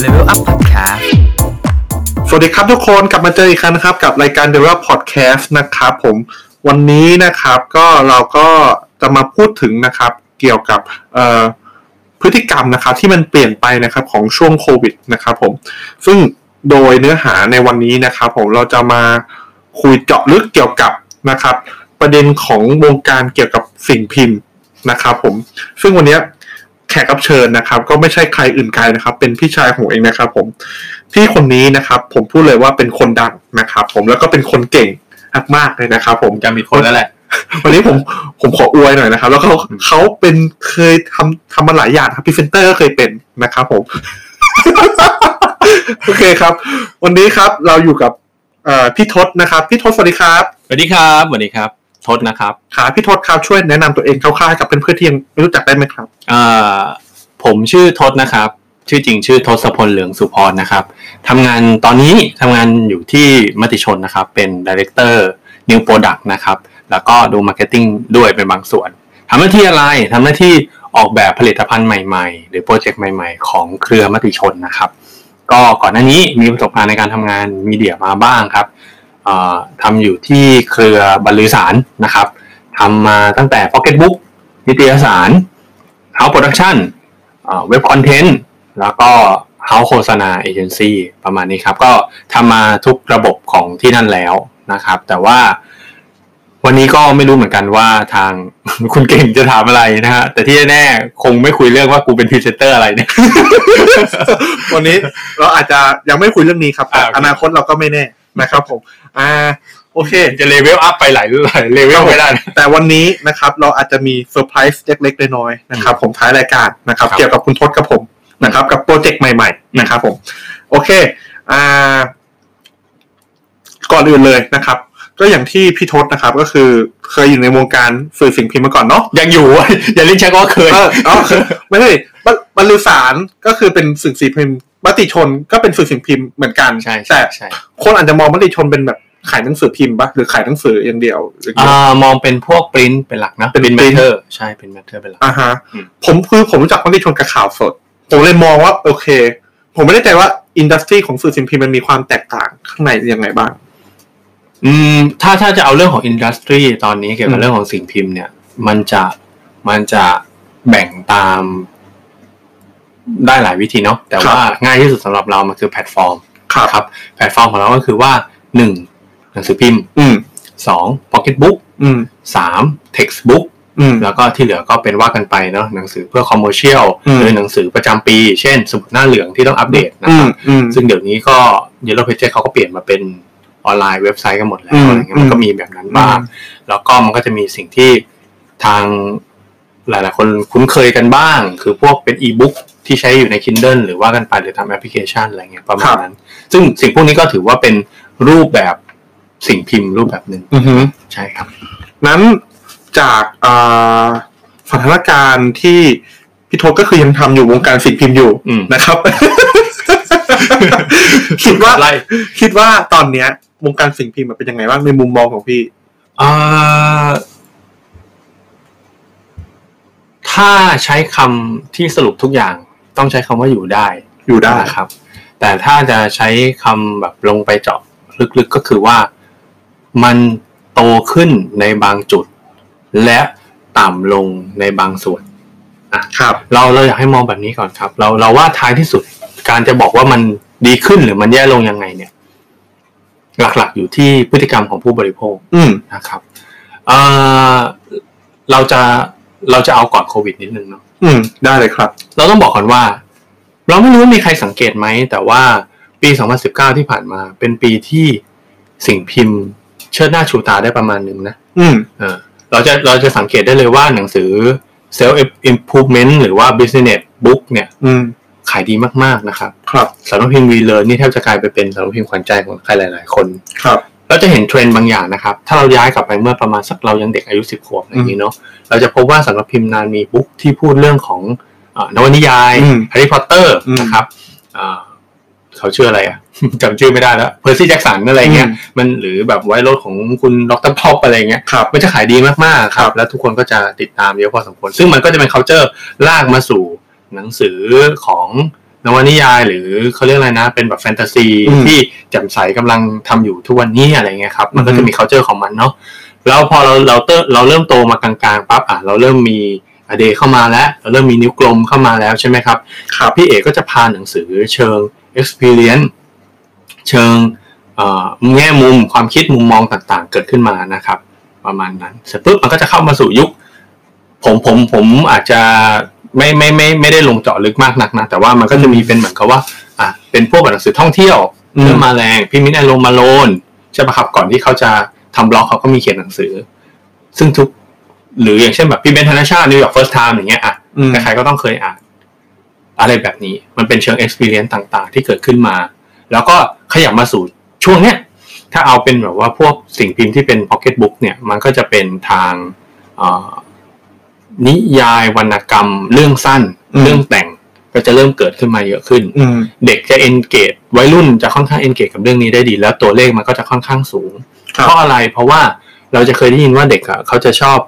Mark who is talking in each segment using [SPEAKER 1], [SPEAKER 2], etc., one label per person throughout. [SPEAKER 1] เลเวลอัพพอดแคสต์
[SPEAKER 2] สวัสดีครับทุกคนกลับมาเจออีกครั้งนะครับ กับรายการ The r a Podcast นะครับผมวันนี้นะครับก็เราก็จะมาพูดถึงนะครับ เกี่ยวกับเอ่อพฤติกรรมนะครับที่มันเปลี่ยนไปนะครับของช่วงโควิดนะครับผมซึ่งโดยเนื้อหาในวันนี้นะครับผมเราจะมาคุยเจาะลึกเกี่ยวกับนะครับ ประเด็นของวงการเกี่ยวกับสิ่งพิมพ์นะครับผมซึ่งวันเนี้ยแขกรับเชิญนะครับ ก็ไม่ใช่ใครอื่นไกลนะครับ เป็นพี่ชายของผมเองนะครับผม พี่คนนี้นะครับผมพูดเลยว่าเป็นคนดังนะครับ ผมแล้วก็เป็นคนเก่งมากๆเลยนะครับ ผม
[SPEAKER 3] จะมีคนแล้วแหละ
[SPEAKER 2] วันนี้ผมผมขออวยหน่อยนะครับ แล้วเขาเขาเป็นเคยทำทำมาหลายอย่างครับพรีเซนเตอร์ก็เคยเป็นนะครับ ผม โอเคครับ วันนี้ครับเราอยู่กับเอ่อพี่ทศนะครับพี่ทศสวัสดีครับ
[SPEAKER 3] สวัสดีครับสวัสดีครับทศนะครับ
[SPEAKER 2] ครับพี่ทศครับช่วยแนะนำตัวเองคร่าวๆให้กับเพื่อนๆที่ยังไม่รู้จักได้ไหมครับ
[SPEAKER 3] อ่าผมชื่อทศนะครับ ชื่อจริงชื่อทศพลเหลืองสุพรนะครับทำงานตอนนี้ทำงานอยู่ที่มติชนนะครับ เป็นดีเลกเตอร์ New Product นะครับ แล้วก็ดู Marketing ด้วยเป็นบางส่วนทำหน้าที่อะไรทำหน้าที่ออกแบบผลิตภัณฑ์ใหม่ๆ หรือโปรเจกต์ใหม่ๆ ของเครือมติชนนะครับ ก็ก่อนหน้านี้มีประสบการณ์ในการทำงานมีเดียมาบ้างครับอ่าทำอยู่ที่เครือบรรลือสารนะครับทำมาตั้งแต่ Pocketbook นิตยสาร House Production อ่าเว็บคอนเทนต์แล้วก็ House โฆษณาเอเจนซี่ประมาณนี้ครับ ก็ทำมาทุกระบบของที่นั่นแล้วนะครับ แต่ว่า วันนี้ก็ไม่รู้เหมือนกันว่าทาง คุณเก่งจะถามอะไรนะฮะแต่ที่แน่ๆคงไม่คุยเรื่องว่ากูเป็นพรีเซนเตอร์อะไร เนี่ย
[SPEAKER 2] วันนี้ เราอาจจะยังไม่คุยเรื่องนี้ครับแต่
[SPEAKER 3] อ่าโอเค
[SPEAKER 2] อนาคตเราก็ไม่แน่นะครับ ผม อ่า โอเค
[SPEAKER 3] จะเลเวลอัพไปหลายหลายเลเวลไม่ได้นะ
[SPEAKER 2] แต่วันนี้นะครับเราอาจจะมีเซอร์ไพรส์เล็กๆน้อยๆนะครับผมท้ายรายการนะครับ
[SPEAKER 3] ครับ
[SPEAKER 2] เกี่ยวกับคุณทศกับผมนะครับ กับโปรเจกต์ใหม่ๆนะครับผมโอเคอ่าก่อนอื่นเลยนะครับ ก็อย่างที่พี่ทศนะครับ ก็คือเคยอยู่ในวงการสื่อสิ่งพิมพ์มาก่อนเนาะ
[SPEAKER 3] ยังอยู่ อย่าเรียกใช้คำว่าเคย
[SPEAKER 2] เออเอา ไม่ใช่บรบรรลือสารก็คือเป็นสื่อสิ่งพิมพ์มติชนก็เป็นสื่อสิ่งพิมพ์เหมือนกัน
[SPEAKER 3] ใช่ใช่
[SPEAKER 2] แต่
[SPEAKER 3] ใช่
[SPEAKER 2] คนอาจจะมองมติชนเป็นแบบขายหนังสือพิมพ์ปะหรือขายหนังสืออย่างเดียวหรือ
[SPEAKER 3] อ่ามองเป็นพวกปริ้นเป็นหลักนะ
[SPEAKER 2] เป็น
[SPEAKER 3] แม
[SPEAKER 2] print
[SPEAKER 3] ทเทอร์ใช่เป็นแมทเทอร์เป็นหลัก
[SPEAKER 2] อ่าฮะ
[SPEAKER 3] อืม
[SPEAKER 2] ผมคือผมรู้จักคนที่ชนกับข่าวสด ผมเลยมองว่า โอเค ผมไม่ได้ใจว่าอินดัสทรีของสื่อสิ่งพิมพ์มันมีความแตกต่างข้างในยังไงบ้าง
[SPEAKER 3] อืมถ้าถ้าจะเอาเรื่องของอินดัสทรีตอนนี้เกี่ยวกับ
[SPEAKER 2] อืม
[SPEAKER 3] เรื่องของสิ่งพิมพ์เนี่ย มันจะมันจะแบ่งตามได้หลายวิธีเนาะแต่ว่าง่ายที่สุดสำหรับเรามันคือแพลตฟอร์ม
[SPEAKER 2] ครับ
[SPEAKER 3] ครับแพลตฟอร์มของเราก็คือว่าหนึ่งหนังสือพิมพ์
[SPEAKER 2] อืม
[SPEAKER 3] สองพ็อกเก็ตบุ๊ก
[SPEAKER 2] อืม
[SPEAKER 3] สามเท็กซ์บุ๊ก
[SPEAKER 2] อืม
[SPEAKER 3] แล้วก็ที่เหลือก็เป็นว่ากันไปเนาะหนังสือเพื่อคอมเมอร์เชียล
[SPEAKER 2] อืม
[SPEAKER 3] หรือหนังสือประจำปี เช่น สมุดหน้าเหลืองที่ต้องอัปเดตนะ
[SPEAKER 2] อื
[SPEAKER 3] ครั
[SPEAKER 2] ม
[SPEAKER 3] บ
[SPEAKER 2] อืม
[SPEAKER 3] ซึ่งเดี๋ยวนี้ก็ Yellow Pages เขาก็เปลี่ยนมาเป็นออนไลน์เว็บไซต์กันหมดแล้ว
[SPEAKER 2] อืม
[SPEAKER 3] อะไรเงี้ยมันก็มีแบบนั้นบ้าง
[SPEAKER 2] อืม
[SPEAKER 3] แล้วก็มันก็จะมีสิ่งที่ทางหลาย ๆ คนคุ้นเคยกันบ้าง คือพวกเป็นอีบุ๊กที่ใช้อยู่ใน Kindle หรือว่ากันไปหรือทำแอปพลิเคชันอะไรเงี้ยประมาณนั้น ซึ่งสิ่งพวกนี้ก็ถือว่าเป็นรูปแบบสิ่งพิมพ์รูปแบบหนึ่ง
[SPEAKER 2] อือฮึ
[SPEAKER 3] ใช่ครับ
[SPEAKER 2] นั้นจากอ่าสถานการณ์ที่พี่ทศก็คือยังทำอยู่วงการสิ่งพิมพ์อยู่
[SPEAKER 3] อืม
[SPEAKER 2] นะครับ คิดว่า
[SPEAKER 3] อะไร
[SPEAKER 2] คิดว่าตอนเนี้ย วงการสิ่งพิมพ์มันเป็นยังไงบ้างในมุมมองของพี่
[SPEAKER 3] เอ่อถ้าใช้คำที่สรุปทุกอย่างต้องใช้คำว่าอยู่ได้
[SPEAKER 2] อยู่ได้
[SPEAKER 3] นะครับ แต่ถ้าจะใช้คำแบบลงไปเจาะลึกๆก็คือว่ามันโตขึ้นในบางจุด และต่ำลงในบางส่วน
[SPEAKER 2] ครับ
[SPEAKER 3] เราเราอยากให้มองแบบนี้ก่อนครับ เราเราว่าท้ายที่สุดการจะบอกว่ามันดีขึ้นหรือมันแย่ลงยังไงเนี่ย หลักๆ อยู่ที่พฤติกรรมของผู้บริโภค
[SPEAKER 2] อืม
[SPEAKER 3] นะครับเอ่อเราจะเราจะเอาก่อนโควิดนิดนึงเนาะ
[SPEAKER 2] อืม ได้เลยครับ
[SPEAKER 3] เราต้องบอกก่อนว่า เราไม่รู้ว่ามีใครสังเกตไหม แต่ว่าปี 2019 ที่ผ่านมาเป็นปีที่สิ่งพิมพ์เชิดหน้าชูตาได้ประมาณหนึ่งนะ
[SPEAKER 2] อืม
[SPEAKER 3] เออเราจะเราจะสังเกตได้เลยว่าหนังสือ self improvement หรือว่า business book เนี่ย
[SPEAKER 2] อืม
[SPEAKER 3] ขายดีมากๆนะครับ
[SPEAKER 2] ครับ
[SPEAKER 3] สำนักพิมพ์ relearn นี่แทบจะกลายไปเป็นสำนักพิมพ์ขวัญใจของใครหลาย ๆ คน
[SPEAKER 2] ครับ
[SPEAKER 3] เราจะเห็นเทรนด์บางอย่างนะครับ ถ้าเราย้ายกลับไปเมื่อประมาณสักเรายังเด็กอายุ 10 ขวบอะไรอย่างนี้เนาะ เราจะพบว่าสำนักพิมพ์นานมีบุ๊กที่พูดเรื่องของเอ่อนวนิยาย
[SPEAKER 2] อืม
[SPEAKER 3] แฮร์รี่พอตเตอร์
[SPEAKER 2] อืม
[SPEAKER 3] นะครับเอ่อ เขาชื่ออะไรอ่ ะ จำชื่อไม่ได้แล้วเพอร์ซี่แจ็คสันอะไรเงี้ยมันหรือแบบไวรถของคุณดรพ็อปอะไรเงี้ย
[SPEAKER 2] ครับ
[SPEAKER 3] มันจะขายดีมากๆค
[SPEAKER 2] ครั
[SPEAKER 3] รับ
[SPEAKER 2] บ
[SPEAKER 3] แล้วทุกคนก็จะติดตามเยอะพอสมควรซึ่งมันก็จะเป็น culture ลากมาสู่หนังสือของนวนิยาย หรือเขาเรียกอะไรนะ เป็นแบบแฟนตาซี
[SPEAKER 2] อืม
[SPEAKER 3] ที่แจ่มใสกำลังทำอยู่ทุกวันนี้อะไรเงี้ยครับมันก็จะมี culture ของมันเนาะ แล้วพอเราเราเตเราเริ่มโตมากลางๆปั๊บอ่ะเราเริ่มมีอเดเข้ามาแล้ว เราเริ่มมีนิ้วกลมเข้ามาแล้วใช่ไหมครับ
[SPEAKER 2] ครับ
[SPEAKER 3] พี่เอกก็จะพาหนังสือเชิง experience เชิงเอ่อแง่มุมความคิดมุมมองต่างๆ เกิดขึ้นมานะครับ ประมาณนั้นเสร็จปุ๊บมันก็จะเข้ามาสู่ยุค ผมผมผมอาจจะไม่ไม่ไม่ไม่ได้ลงเจาะลึกมากนักนะ แต่ว่ามันก็จะมีเป็นเหมือนกับว่าอ่ะเป็นพวกแบบหนังสือท่องเที่ยว
[SPEAKER 2] อืม
[SPEAKER 3] เริ่มมาแรงพี่มิ้นท์แอนโรมาโลนใช่ปะครับก่อนที่เขาจะทำบล็อกเขาก็มีเขียนหนังสือ ซึ่งทุก หรืออย่างเช่นแบบพี่เบนธนชาตินิวยอร์กเฟิร์สไทม์อย่างเงี้ยอ่ะ
[SPEAKER 2] อืม
[SPEAKER 3] ใครๆก็ต้องเคยอ่าน อะไรแบบนี้มันเป็นเชิง experience ต่างๆ ที่เกิดขึ้นมา แล้วก็ขยับมาสู่ช่วงเนี้ยถ้าเอาเป็นแบบว่าพวกสิ่งพิมพ์ที่เป็น pocket book เนี่ยมันก็จะเป็นทางเอ่อนิยายวรรณกรรม เรื่องสั้น
[SPEAKER 2] อืม
[SPEAKER 3] เรื่องแต่งก็จะเริ่มเกิดขึ้นมาเยอะขึ้น
[SPEAKER 2] อืม
[SPEAKER 3] เด็กจะ engage วัยรุ่นจะค่อนข้าง engage กับเรื่องนี้ได้ดี แล้วตัวเลขมันก็จะค่อนข้างสูง
[SPEAKER 2] ครับ
[SPEAKER 3] เพราะอะไรเพราะว่าเราจะเคยได้ยินว่าเด็กอะเขาจะชอบ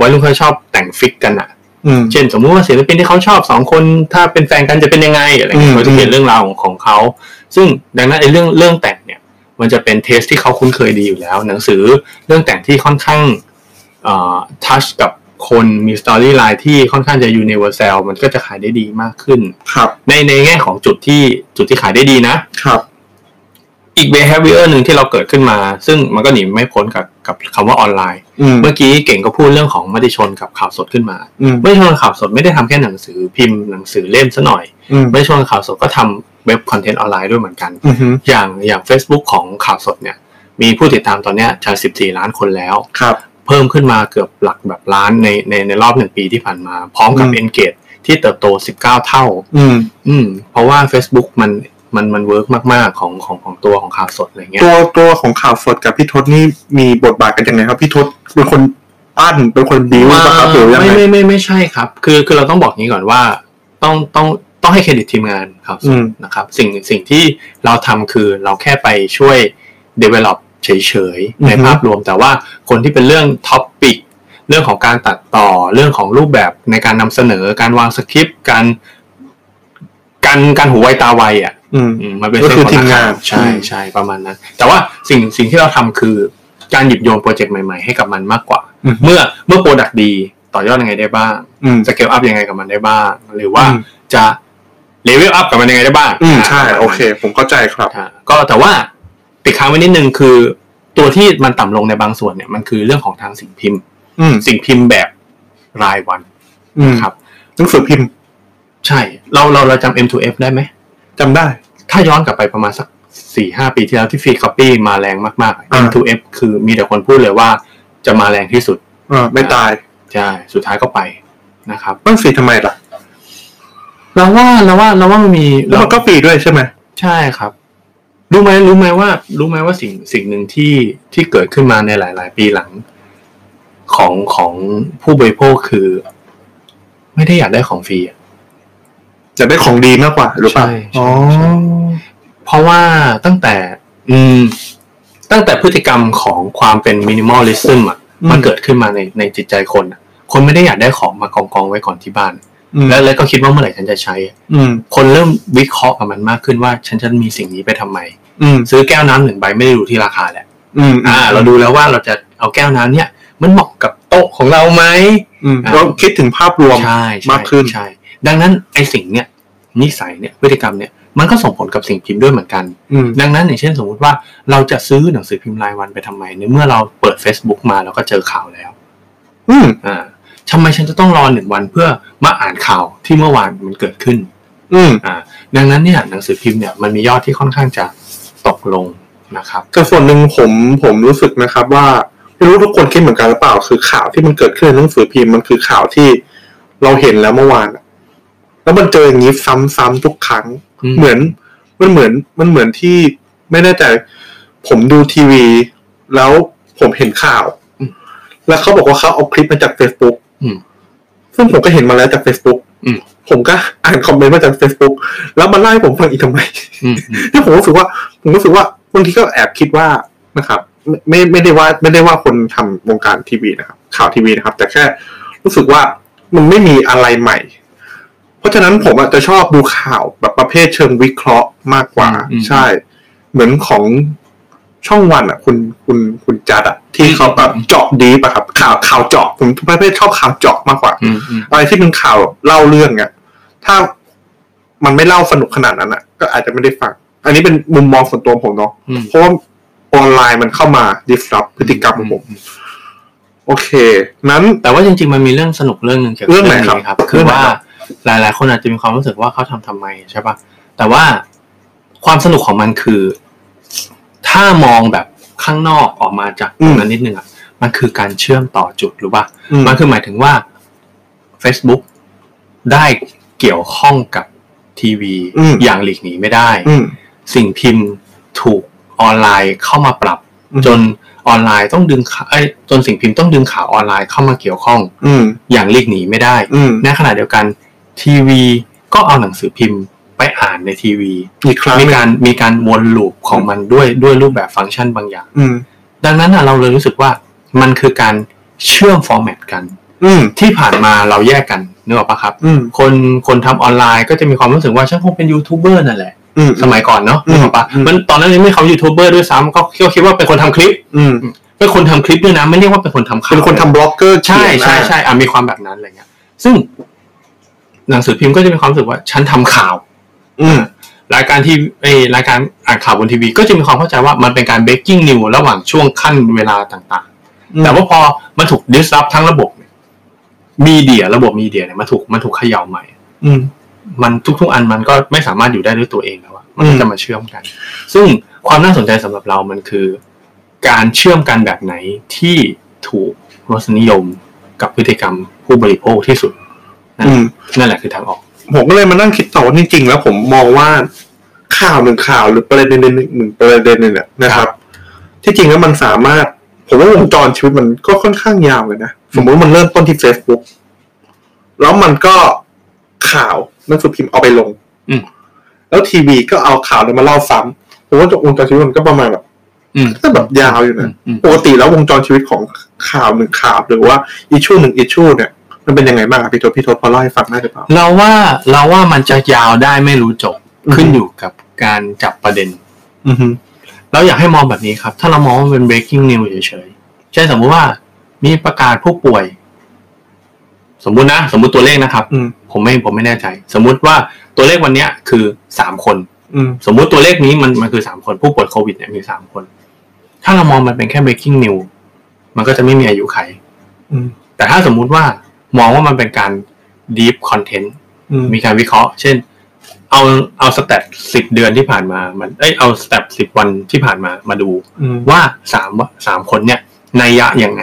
[SPEAKER 3] วัยรุ่นเขาชอบแต่งฟิกกันอะ
[SPEAKER 2] อืม
[SPEAKER 3] เช่นสมมุติว่าศิลปินที่เขาชอบสองคนถ้าเป็นแฟนกันจะเป็นยังไงอะไรเงี้
[SPEAKER 2] อื
[SPEAKER 3] ย
[SPEAKER 2] ม
[SPEAKER 3] เขาจะเขียนเรื่องราวของของเขา ซึ่งดังนั้นไอ้เรื่องเรื่องแต่งเนี่ย มันจะเป็นเทสที่เขาคุ้นเคยดีอยู่แล้ว หนังสือเรื่องแต่งที่ค่อนข้างทัชกับคนมีสตอรี่ไลน์ที่ค่อนข้างจะยูนิเวอร์แซลมันก็จะขายได้ดีมากขึ้น
[SPEAKER 2] ครับ
[SPEAKER 3] ในในแง่ของจุดที่จุดที่ขายได้ดีนะ
[SPEAKER 2] ครับ
[SPEAKER 3] อีก behavior หนึ่งที่เราเกิดขึ้นมา ซึ่งมันก็หนีไม่พ้นกับกับคำว่าออนไลน์
[SPEAKER 2] อืม
[SPEAKER 3] เมื่อกี้เก่งก็พูดเรื่องของมติชนกับข่าวสดขึ้นมา
[SPEAKER 2] อืม
[SPEAKER 3] เมื่อชวนข่าวสดไม่ได้ทำแค่หนังสือพิมพ์หนังสือเล่มซะหน่อย
[SPEAKER 2] อืม
[SPEAKER 3] เมื่อชวนข่าวสดก็ทำเว็บคอนเทนต์ออนไลน์ด้วยเหมือนกัน
[SPEAKER 2] อือฮึ
[SPEAKER 3] อย่างอย่าง Facebook ของข่าวสดเนี่ย มีผู้ติดตามตอนเนี้ยจะ14 ล้านคนแล้ว
[SPEAKER 2] ครับ
[SPEAKER 3] เพิ่มขึ้นมาเกือบหลักแบบล้านในในในรอบหนึ่งปีที่ผ่านมา พร้อมกับ
[SPEAKER 2] อืม
[SPEAKER 3] Engage ที่เติบโต 19 เท่า
[SPEAKER 2] อืม
[SPEAKER 3] อืมเพราะว่า Facebook มันมันมันเวิร์กมาก ๆ ของของของตัวของข่าวสดอะไรเงี้ย
[SPEAKER 2] ตัวตัวของข่าวสดกับพี่ทศนี่มีบทบาทกันยังไงครับ พี่ทศเป็นคนปั้นเป็นคนบิว
[SPEAKER 3] ว่า
[SPEAKER 2] ป่ะครับหรือยัง
[SPEAKER 3] ไม่
[SPEAKER 2] ไง
[SPEAKER 3] ไม่ไม่ไม่ใช่ครับ คือคือเราต้องบอกอย่างนี้ก่อนว่าต้องต้องต้องให้เครดิตทีมงานครับ
[SPEAKER 2] อืม
[SPEAKER 3] นะครับ สิ่งสิ่งที่เราทำคือเราแค่ไปช่วย develop เฉย
[SPEAKER 2] อื
[SPEAKER 3] ๆ
[SPEAKER 2] อฮึ
[SPEAKER 3] ในภาพรวมแต่ว่าคนที่เป็นเรื่องท็อปปิกเรื่องของการตัดต่อเรื่องของรูปแบบในการนำเสนอการวางสคริปต์การการการหูไวตาไวอ่ะ
[SPEAKER 2] อืม
[SPEAKER 3] อืมมันเป็น
[SPEAKER 2] ก็คือ
[SPEAKER 3] เส้ข
[SPEAKER 2] ทีมงา
[SPEAKER 3] ร
[SPEAKER 2] น
[SPEAKER 3] ใช่
[SPEAKER 2] อืม
[SPEAKER 3] ใช่ประมาณนั้น แต่ว่าสิ่งสิ่งที่เราทำคือการหยิบโยนโปรเจกต์ใหม่ๆ ให้กับมันมากกว่า เมื่อเมื่อโปรดักต์ดีต่อยอดยังไงได้บ้าง
[SPEAKER 2] อืม
[SPEAKER 3] สเกลอัพยังไงกับมันได้บ้าง หรือว่า
[SPEAKER 2] อืม
[SPEAKER 3] จะเลเวลอัพกับมันยังไงได้บ้าง
[SPEAKER 2] อืม
[SPEAKER 3] อ่า
[SPEAKER 2] ใช่โอเค ผมเข้าใจครับ
[SPEAKER 3] อ่าก็แต่ว่าติดค้างไว้นิดนึงคือ ตัวที่มันต่ำลงในบางส่วนเนี่ยมันคือเรื่องของทางสิ่งพิมพ์
[SPEAKER 2] อืม
[SPEAKER 3] สิ่งพิมพ์แบบรายวัน
[SPEAKER 2] อืม
[SPEAKER 3] ครับ
[SPEAKER 2] หนังสือพิมพ์
[SPEAKER 3] ใช่เราเราเราจำ M2F ได้ไหม
[SPEAKER 2] จำได้
[SPEAKER 3] ถ้าย้อนกลับไปประมาณสักสี่ห้าปีที่แล้วที่ฟรีคอปปี้มาแรงมาก
[SPEAKER 2] อ่า
[SPEAKER 3] ๆ M2F คือมีแต่คนพูดเลยว่าจะมาแรงที่สุด
[SPEAKER 2] เออไม่ตาย
[SPEAKER 3] ใช่ สุดท้ายก็ไปนะครับ
[SPEAKER 2] มันฟรีทำไมล่ะ
[SPEAKER 3] เราว่าเราว่าเราว่ามันมี
[SPEAKER 2] แล้วมันก็ฟรีด้วยใช่ไหม
[SPEAKER 3] ใช่ครับ รู้ไหมรู้ไหมว่า รู้ไหมว่าสิ่งสิ่งหนึ่งที่ที่เกิดขึ้นมาในหลาย ๆ ปีหลัง ของของผู้บริโภคคือ ไม่ได้อยากได้ของฟรีอะ
[SPEAKER 2] จะได้ของดีมากกว่าหรือเปล่า
[SPEAKER 3] ใช่ใช่
[SPEAKER 2] อ๋อ
[SPEAKER 3] เพราะว่าตั้งแต่ อืม ตั้งแต่พฤติกรรมของความเป็นมินิมอลลิซึมอ่ะ มันเกิดขึ้นมาในในจิตใจคนอะคนไม่ได้อยากได้ของมากองกองๆไว้ก่อนที่บ้าน
[SPEAKER 2] อืม
[SPEAKER 3] แล้วแล้วก็คิดว่าเมื่อไหร่ฉันจะใช้อะ
[SPEAKER 2] อืม
[SPEAKER 3] คนเริ่มวิเคราะห์กับมันมากขึ้นว่าฉันจะมีสิ่งนี้ไปทำไม
[SPEAKER 2] อืม
[SPEAKER 3] ซื้อแก้วน้ำหนึ่งใบไม่ได้ดูที่ราคาแหละ
[SPEAKER 2] อืม
[SPEAKER 3] อ่า เราดูแล้วว่าเราจะเอาแก้วน้ำเนี่ย มันเหมาะกับโต๊ะของเราไหม
[SPEAKER 2] อืม
[SPEAKER 3] อ่า
[SPEAKER 2] เราคิดถึงภาพรวม
[SPEAKER 3] ใช่ใช่
[SPEAKER 2] มากขึ้น
[SPEAKER 3] ใช่ดังนั้นไอ้สิ่งเนี่ยนิสัยเนี่ยพฤติกรรมเนี่ยมันก็ส่งผลกับสิ่งพิมพ์ด้วยเหมือนกัน
[SPEAKER 2] อืม
[SPEAKER 3] ดังนั้นอย่างเช่นสมมุติว่าเราจะซื้อหนังสือพิมพ์รายวันไปทำไมในเมื่อเราเปิด Facebook มาแล้วก็เจอข่าวแล้ว
[SPEAKER 2] อืม
[SPEAKER 3] อ่าทำไมฉันจะต้องรอหนึ่งวันเพื่อมาอ่านข่าวที่เมื่อวานมันเกิดขึ้น
[SPEAKER 2] อืม
[SPEAKER 3] อ่า ดังนั้นเนี่ยหนังสือพิมพ์เนี่ยมันมียอดที่ค่อนข้างจะตกลงนะครับ
[SPEAKER 2] แต่ส่วนหนึ่งผมผมรู้สึกนะครับ ว่าไม่รู้ทุกคนคิดเหมือนกันหรือเปล่า คือข่าวที่มันเกิดขึ้นในหนังสือพิมพ์มันคือข่าวที่เราเห็นแล้วเมื่อวานอะแล้วมันเจออย่างนี้ซ้ำๆทุกครั้ง
[SPEAKER 3] อืม
[SPEAKER 2] เหมือนมันเหมือนมันเหมือนที่ไม่แน่ใจผมดูทีวี แล้วผมเห็นข่าว
[SPEAKER 3] อืม
[SPEAKER 2] แล้วเขาบอกว่าเขาเอาคลิปมาจาก Facebook
[SPEAKER 3] อืม
[SPEAKER 2] ซึ่งผมก็เห็นมาแล้วจาก Facebook
[SPEAKER 3] อืม
[SPEAKER 2] ผมก็อ่านคอมเมนต์มาจาก Facebook แล้วมันไล่าให้ผมฟังอีกทำไม
[SPEAKER 3] อืมอืม
[SPEAKER 2] ที่ผมรู้สึกว่าผมรู้สึกว่าบางทีก็แอบคิดว่านะครับไม่ไม่ไม่ได้ว่าไม่ได้ว่าคนทำวงการทีวีนะครับ ข่าวทีวีนะครับ แต่แค่รู้สึกว่ามันไม่มีอะไรใหม่ เพราะฉะนั้นผมอาจจะชอบดูข่าวแบบประเภทเชิงวิเคราะห์มากกว่า
[SPEAKER 3] อืม
[SPEAKER 2] ใช่ เหมือนของช่องวันอ่ะ คุณคุณคุณจัดอ่ะ ที่เขาแบบ
[SPEAKER 3] อืม
[SPEAKER 2] เจาะดีป่ะครับ ข่าวข่าวเจาะผมประเภทชอบข่าวเจาะมากกว่า
[SPEAKER 3] อืมอืม
[SPEAKER 2] อะไรที่เป็นข่าวเล่าเรื่องอะถ้ามันไม่เล่าสนุกขนาดนั้นอะก็อาจจะไม่ได้ฟัง อันนี้เป็นมุมมองส่วนตัวผมเนาะ
[SPEAKER 3] อืม
[SPEAKER 2] เพราะว่าออนไลน์มันเข้ามาดิสรับพฤติกรรมของผม โอเค นั้น
[SPEAKER 3] แต่ว่าจริงๆ มันมีเรื่องสนุกเรื่องหนึ่งเกี่ยวกับ
[SPEAKER 2] เรื่องไหน
[SPEAKER 3] นี้
[SPEAKER 2] ครับ
[SPEAKER 3] ครับ
[SPEAKER 2] เรื่
[SPEAKER 3] คืออง
[SPEAKER 2] ไหน
[SPEAKER 3] ว่า
[SPEAKER 2] ครับ
[SPEAKER 3] หลายๆ คนอาจจะมีความรู้สึกว่าเขาทำทำไมใช่ปะแต่ว่าความสนุกของมันคือ ถ้ามองแบบข้างนอกออกมาจากตรงนั้นนิดนึงอ่ะ มันคือการเชื่อมต่อจุดหรือว่า
[SPEAKER 2] อืม
[SPEAKER 3] มันคือหมายถึงว่า Facebook ได้เกี่ยวข้องกับทีวี
[SPEAKER 2] อืม
[SPEAKER 3] อย่างหลีกหนีไม่ได้
[SPEAKER 2] อืม
[SPEAKER 3] สิ่งพิมพ์ถูกออนไลน์เข้ามาปรับ
[SPEAKER 2] อืม
[SPEAKER 3] จนออนไลน์ต้องดึงข่าวเอ้ยจนสิ่งพิมพ์ต้องดึงข่าวออนไลน์เข้ามาเกี่ยวข้อง
[SPEAKER 2] อืม
[SPEAKER 3] อย่างหลีกหนีไม่ได้
[SPEAKER 2] อืม
[SPEAKER 3] ในขณะเดียวกันทีวีก็เอาหนังสือพิมพ์ไปอ่านในทีวี
[SPEAKER 2] อีกครั้ง
[SPEAKER 3] มี
[SPEAKER 2] หนึ่ง
[SPEAKER 3] การมีการวนลูปของมันด้วยด้วยรูปแบบฟังก์ชันบางอย่าง
[SPEAKER 2] อืม
[SPEAKER 3] ดังนั้นน่ะเราเลยรู้สึกว่ามันคือการเชื่อมฟอร์แมตกัน
[SPEAKER 2] อืม
[SPEAKER 3] ที่ผ่านมาเราแยกกันนึกออกปะครับ
[SPEAKER 2] อืม
[SPEAKER 3] คนคนทำออนไลน์ก็จะมีความรู้สึกว่าฉันคงเป็นยูทูบเบอร์นั่นแหละ
[SPEAKER 2] อืม
[SPEAKER 3] สมัยก่อนเนาะ
[SPEAKER 2] อืม
[SPEAKER 3] นึกออกปะ
[SPEAKER 2] อืม
[SPEAKER 3] มันตอนนั้นยังไม่เขายูทูบเบอร์ด้วยซ้ำก็ก็คิดว่าเป็นคนทำคลิป
[SPEAKER 2] อืม
[SPEAKER 3] เป็นคนทำคลิปด้วยนะไม่เรียกว่าเป็นคนทำข่าว
[SPEAKER 2] เป็นคนทำบล็อกเกอร์
[SPEAKER 3] ใช่ใช่
[SPEAKER 2] เขียนนะ
[SPEAKER 3] ใช่อ่ะมีความแบบนั้นอะไรเงี้ย ซึ่ง หนังสือพิมพ์ก็จะมีความรู้สึกว่าฉันทำข่าว
[SPEAKER 2] อืม
[SPEAKER 3] รายการที่เอยรายการอ่านข่าวบนทีวี ก็จะมีความเข้าใจว่ามันเป็นการเบรกกิ้งนิวระหว่างช่วงขั้นเวลาต่างๆ แต่ว่าพอมันถูกดิสรับทั้งระบบมีเดียระบบมีเดียเนี่ยมันถูกมันถูกเขย่าใหม่
[SPEAKER 2] อืม
[SPEAKER 3] มันทุกๆ อันมันก็ไม่สามารถอยู่ได้ด้วยตัวเองแล้วอะมันก็
[SPEAKER 2] อื
[SPEAKER 3] จะ
[SPEAKER 2] ม
[SPEAKER 3] มาเชื่อมกัน ซึ่งความน่าสนใจสำหรับเรามันคือ การเชื่อมกันแบบไหนที่ถูกรสนิยมกับพฤติกรรมผู้บริโภคที่สุด นั่น
[SPEAKER 2] อืม
[SPEAKER 3] นั่นแหละคือทางออก
[SPEAKER 2] ผมก็เลยมานั่งคิดต่อว่าจริงๆแล้วผมมองว่าข่าวหนึ่งข่าวหรือประเด็นหนึ่งหนึ่งประเด็นหนึ่งเนี่ยนะครับ ที่จริงแล้วมันสามารถ ผมว่าวงจรชีวิตมันก็ค่อนข้างยาวเลยนะ สมมติมันเริ่มต้นที่ Facebook แล้วมันก็ข่าวหนังสือพิมพ์เอาไปลง
[SPEAKER 3] อืม
[SPEAKER 2] แล้วทีวีก็เอาข่าวนั้นมาเล่าซ้ำผมว่าวงจรชีวิตมันก็ประมาณแบบ
[SPEAKER 3] อืม
[SPEAKER 2] ก็แบบยาวอยู่นะ
[SPEAKER 3] อืม
[SPEAKER 2] ปกติแล้ววงจรชีวิตของข่าวหนึ่งข่าว หรือว่าอิชูหนึ่งอิชูเนี่ย มันเป็นยังไงบ้างอะพี่โทศพี่โทศพอเล่าให้ฟังได้หรือเปล่า
[SPEAKER 3] เราว่าเราว่ามันจะยาวได้ไม่รู้จบ
[SPEAKER 2] อืม
[SPEAKER 3] ขึ้นอยู่กับการจับประเด็น
[SPEAKER 2] อือฮึ
[SPEAKER 3] เราอยากให้มองแบบนี้ครับ ถ้าเรามองว่ามันเป็น breaking news เฉยๆเช่นสมมุติว่ามีประกาศผู้ป่วย สมมุตินะ สมมุติตัวเลขนะครับ
[SPEAKER 2] อืม
[SPEAKER 3] ผมไม่ผมไม่แน่ใจ สมมุติว่าตัวเลขวันเนี้ยคือสามคน
[SPEAKER 2] อืม
[SPEAKER 3] สมมุติตัวเลขนี้มันมันคือสามคนผู้ป่วยโควิดเนี่ยมีสามคน ถ้าเรามองมันเป็นแค่ breaking news มันก็จะไม่มีอายุไข
[SPEAKER 2] อืม
[SPEAKER 3] แต่ถ้าสมมุติว่ามองว่ามันเป็นการ deep content
[SPEAKER 2] อืม
[SPEAKER 3] มีการวิเคราะห์ เช่น เอาเอาสแตทสิบเดือนที่ผ่านมา มันเอ้ยเอาสแตทสิบวันที่ผ่านมามาดู
[SPEAKER 2] อืม
[SPEAKER 3] ว่าสามว่าสามคนเนี่ยนัยยะยังไง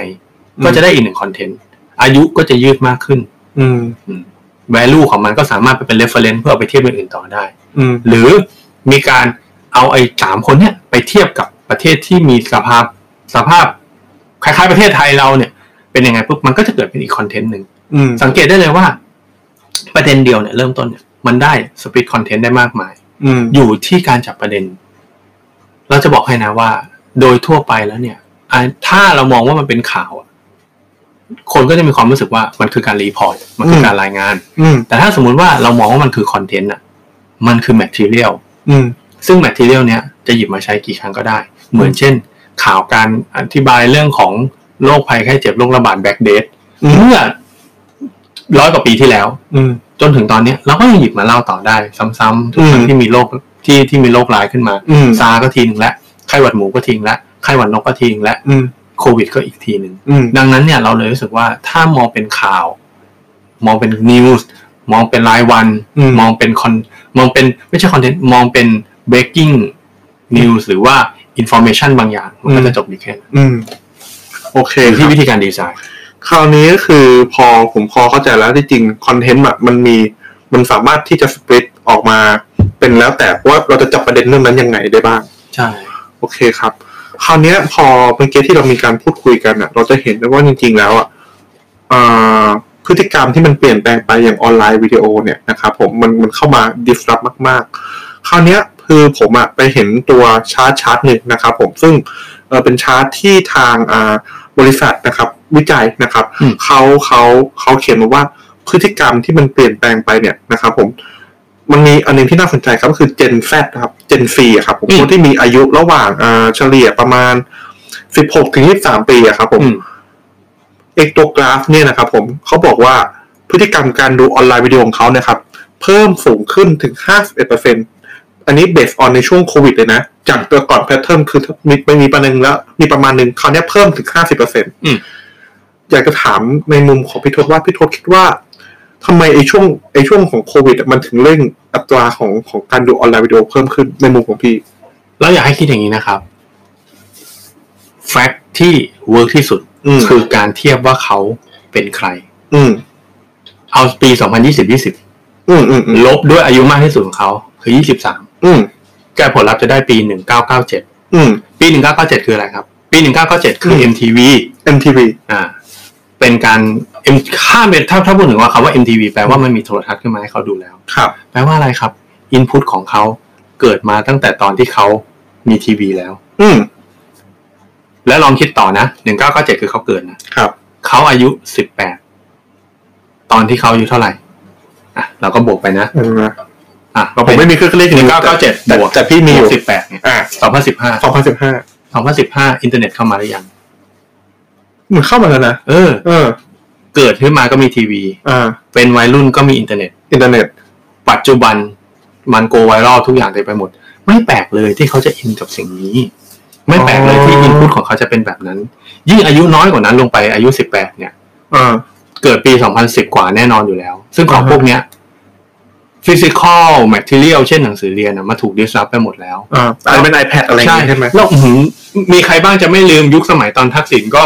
[SPEAKER 2] อืม
[SPEAKER 3] ก็จะได้อีกหนึ่งคอนเทนต์อายุก็จะยืดมากขึ้น
[SPEAKER 2] อืม
[SPEAKER 3] value ของมันก็สามารถไปเป็น reference เพื่อเอาไปเทียบเป็นอื่นต่อได้
[SPEAKER 2] อืม
[SPEAKER 3] หรือมีการเอาไอ้สามคนเนี่ยไปเทียบกับประเทศที่มีสภาพสภาพคล้ายๆประเทศไทยเราเนี่ย เป็นยังไงปุ๊บมันก็จะเกิดเป็นอีกคอนเทนต์หนึ่ง
[SPEAKER 2] อืม
[SPEAKER 3] สังเกตได้เลยว่า ประเด็นเดียวเนี่ยเริ่มต้นเนี่ยมันได้สปิ t คอนเทนต์ได้มากมาย
[SPEAKER 2] อืม
[SPEAKER 3] อยู่ที่การจับประเด็น เราจะบอกให้นะว่า โดยทั่วไปแล้วเนี่ยอ่าถ้าเรามองว่ามันเป็นข่าวอะคนก็จะมีความรู้สึกว่ามันคือการรีพอร์ตมันคือ
[SPEAKER 2] ม
[SPEAKER 3] การรายงาน
[SPEAKER 2] อืม
[SPEAKER 3] แต่ถ้าสมมุติว่าเรามองว่ามันคือคอนเทนต์อ่ะ มันคือแมทเทียล
[SPEAKER 2] อืม
[SPEAKER 3] ซึ่งแมทเทียลเนี้ยจะหยิบมาใช้กี่ครั้งก็ได้ เหมือนเช่น ข่าวการอธิบายเรื่องของโรคภัยไข้เจ็บโรคระบาดแบ็กเดต
[SPEAKER 2] อืม
[SPEAKER 3] เมื่อร้อยกว่าปีที่แล้ว
[SPEAKER 2] อืม
[SPEAKER 3] จนถึงตอนเนี้ยเราก็ยังหยิบมาเล่าต่อได้ ซ้ำๆทุกครั้
[SPEAKER 2] อื
[SPEAKER 3] ง
[SPEAKER 2] ม
[SPEAKER 3] ที่มีโรคที่ที่มีโรคร้ายขึ้นมา
[SPEAKER 2] อืม
[SPEAKER 3] ซาร์ก็ทีนึงและไข้หวัดหมูก็ทีนึงและไข้หวัดนกก็ทีนึงและ
[SPEAKER 2] อืม
[SPEAKER 3] โควิดก็อีกทีหนึ่ง
[SPEAKER 2] อืม
[SPEAKER 3] ดังนั้นเนี่ยเราเลยรู้สึกว่าถ้ามองเป็นข่าว มองเป็นนิวส์มองเป็นรายวัน
[SPEAKER 2] อืม
[SPEAKER 3] มองเป็นคอนมองเป็นไม่ใช่คอนเทนต์มองเป็น breaking news หรือว่า information บางอย่าง มันก็จะจบอยู่แค่นั้น
[SPEAKER 2] อืม โอเค
[SPEAKER 3] เป็น
[SPEAKER 2] ครั
[SPEAKER 3] ที่
[SPEAKER 2] บ
[SPEAKER 3] วิธีการดีไซน์
[SPEAKER 2] คราวนี้ก็คือพอผมพอเข้าใจแล้วที่จริงคอนเทนต์อะมันมี มันสามารถที่จะสปลิตออกมาเป็นแล้วแต่ว่าเราจะจับประเด็นเรื่องนั้นยังไงได้บ้าง
[SPEAKER 3] ใช่
[SPEAKER 2] โอเคครับ คราวเนี้ยพอเมื่อกี้ที่เรามีการพูดคุยกันอ่ะ เราจะเห็นได้ว่าจริง ๆ แล้วอ่ะเอ่อ พฤติกรรมที่มันเปลี่ยนแปลงไปอย่างออนไลน์วิดีโอเนี่ยนะครับผมมันมันเข้ามาดิฟรับมาก ๆ คราวเนี้ยคือผมอะไปเห็นตัวชาร์ตชาร์ตหนึ่งนะครับผมซึ่งเอ่อเป็นชาร์ตที่ทางอ่าบริษัทนะครับวิจัยนะครับ
[SPEAKER 3] อืม
[SPEAKER 2] เขาเขาเขาเขียนมาว่าพฤติกรรมที่มันเปลี่ยนแปลงไปเนี่ยนะครับผม มันมีอันหนึงที่น่าสนใจครับก็คือ Gen Z นะครับ Gen C อะครับผม
[SPEAKER 3] อืม
[SPEAKER 2] คนที่มีอายุระหว่างอ่าเฉลี่ยประมาณ 16ถึง23 ปีอะครับผม
[SPEAKER 3] อืม
[SPEAKER 2] เอกตัวกราฟเนี่ยนะครับผมเขาบอกว่าพฤติกรรมการดูออนไลน์วิดีโอของเขาเนี่ยครับเพิ่มสูงขึ้นถึง 51%อันนี้เบสออนในช่วงโควิดเลยนะ จากตัวก่อนแพทเทิร์นคือมีไม่มีประมาณนึงแล้ว มีประมาณหนึ่งคราวเนี้ยเพิ่มถึง 50%
[SPEAKER 3] อืม
[SPEAKER 2] อยากจะถามในมุมของพี่ทศว่าพี่ทศคิดว่าทำไมไอ้ช่วงไอ้ช่วงของโควิดอะมันถึงเร่งอัตราของของการดูออนไลน์วิดีโอเพิ่มขึ้นในมุมของพี่
[SPEAKER 3] เราอยากให้คิดอย่างนี้นะครับแฟกต์ที่เวิร์กที่สุด
[SPEAKER 2] อืม
[SPEAKER 3] คือการเทียบว่าเขาเป็นใคร
[SPEAKER 2] อืม
[SPEAKER 3] เอาปี 2020 20
[SPEAKER 2] อืมอืมอืม
[SPEAKER 3] ลบด้วยอายุมากที่สุดของเขา คือ 23
[SPEAKER 2] อืม
[SPEAKER 3] แกผลลัพธ์จะได้ปี 1997
[SPEAKER 2] อืม
[SPEAKER 3] ปี 1997 คืออะไรครับ ปี 1997 คืออ
[SPEAKER 2] ม
[SPEAKER 3] MTV
[SPEAKER 2] MTV
[SPEAKER 3] อ่า เป็นการ M ข้ามไปถ้าถ้าพูดถึงว่าคำว่า MTV แปลว่ามันมีโทรทัศน์ขึ้นมาให้เขาดูแล้ว
[SPEAKER 2] ครับ
[SPEAKER 3] แปลว่าอะไรครับ อินพุตของเขาเกิดมาตั้งแต่ตอนที่เขามีทีวีแล้ว
[SPEAKER 2] อืม
[SPEAKER 3] แล้วลองคิดต่อนะ 1997 คือเขาเกิดนะ
[SPEAKER 2] ครับ
[SPEAKER 3] เขาอายุ 18 ตอนที่เขาอายุเท่าไหร่ อ่ะ เราก็บวกไปนะ
[SPEAKER 2] เออ
[SPEAKER 3] อ่ะก็
[SPEAKER 2] ผมไม่มีเครื่องเลขอยู่
[SPEAKER 3] 1997
[SPEAKER 2] แต่
[SPEAKER 3] บวก
[SPEAKER 2] แต่พี่มีอยู่
[SPEAKER 3] บวก18เนี่ย
[SPEAKER 2] อ่า
[SPEAKER 3] 2015
[SPEAKER 2] สองพันสิบห้า
[SPEAKER 3] 2015 อินเทอร์เน็ตเข้ามาหรือยัง
[SPEAKER 2] เหมือนเข้ามาแล้วนะ
[SPEAKER 3] เออ
[SPEAKER 2] เออ
[SPEAKER 3] เกิดขึ้นมาก็มีทีวี
[SPEAKER 2] อ่า
[SPEAKER 3] เป็นวัยรุ่นก็มีอินเทอร์เน็ต
[SPEAKER 2] อินเทอร์เน็ต
[SPEAKER 3] ปัจจุบันมันโกไวรัลทุกอย่างเต็มไปหมด ไม่แปลกเลยที่เขาจะอินกับสิ่งนี้ ไม่แปลกเลยที่
[SPEAKER 2] อ๋อ
[SPEAKER 3] อินพุตของเขาจะเป็นแบบนั้น ยิ่งอายุน้อยกว่านั้นลงไปอายุ 18 เนี่ย
[SPEAKER 2] อ่า
[SPEAKER 3] เกิดปี 2010 กว่าแน่นอนอยู่แล้ว ซึ่งของ
[SPEAKER 2] อ่า
[SPEAKER 3] พ
[SPEAKER 2] ฮะ
[SPEAKER 3] วกเนี้ยฟิสิกอลแมทเทียลเช่นหนังสือเรียนนะมาถูกดิสรับไปหมดแล้ว
[SPEAKER 2] อ่าอันนี้เป็น iPad อะไรอย่าง
[SPEAKER 3] ใช่
[SPEAKER 2] งี้ใช่ไหม
[SPEAKER 3] แล้วอื้อหือมีใครบ้างจะไม่ลืมยุคสมัยตอนทักษิณก็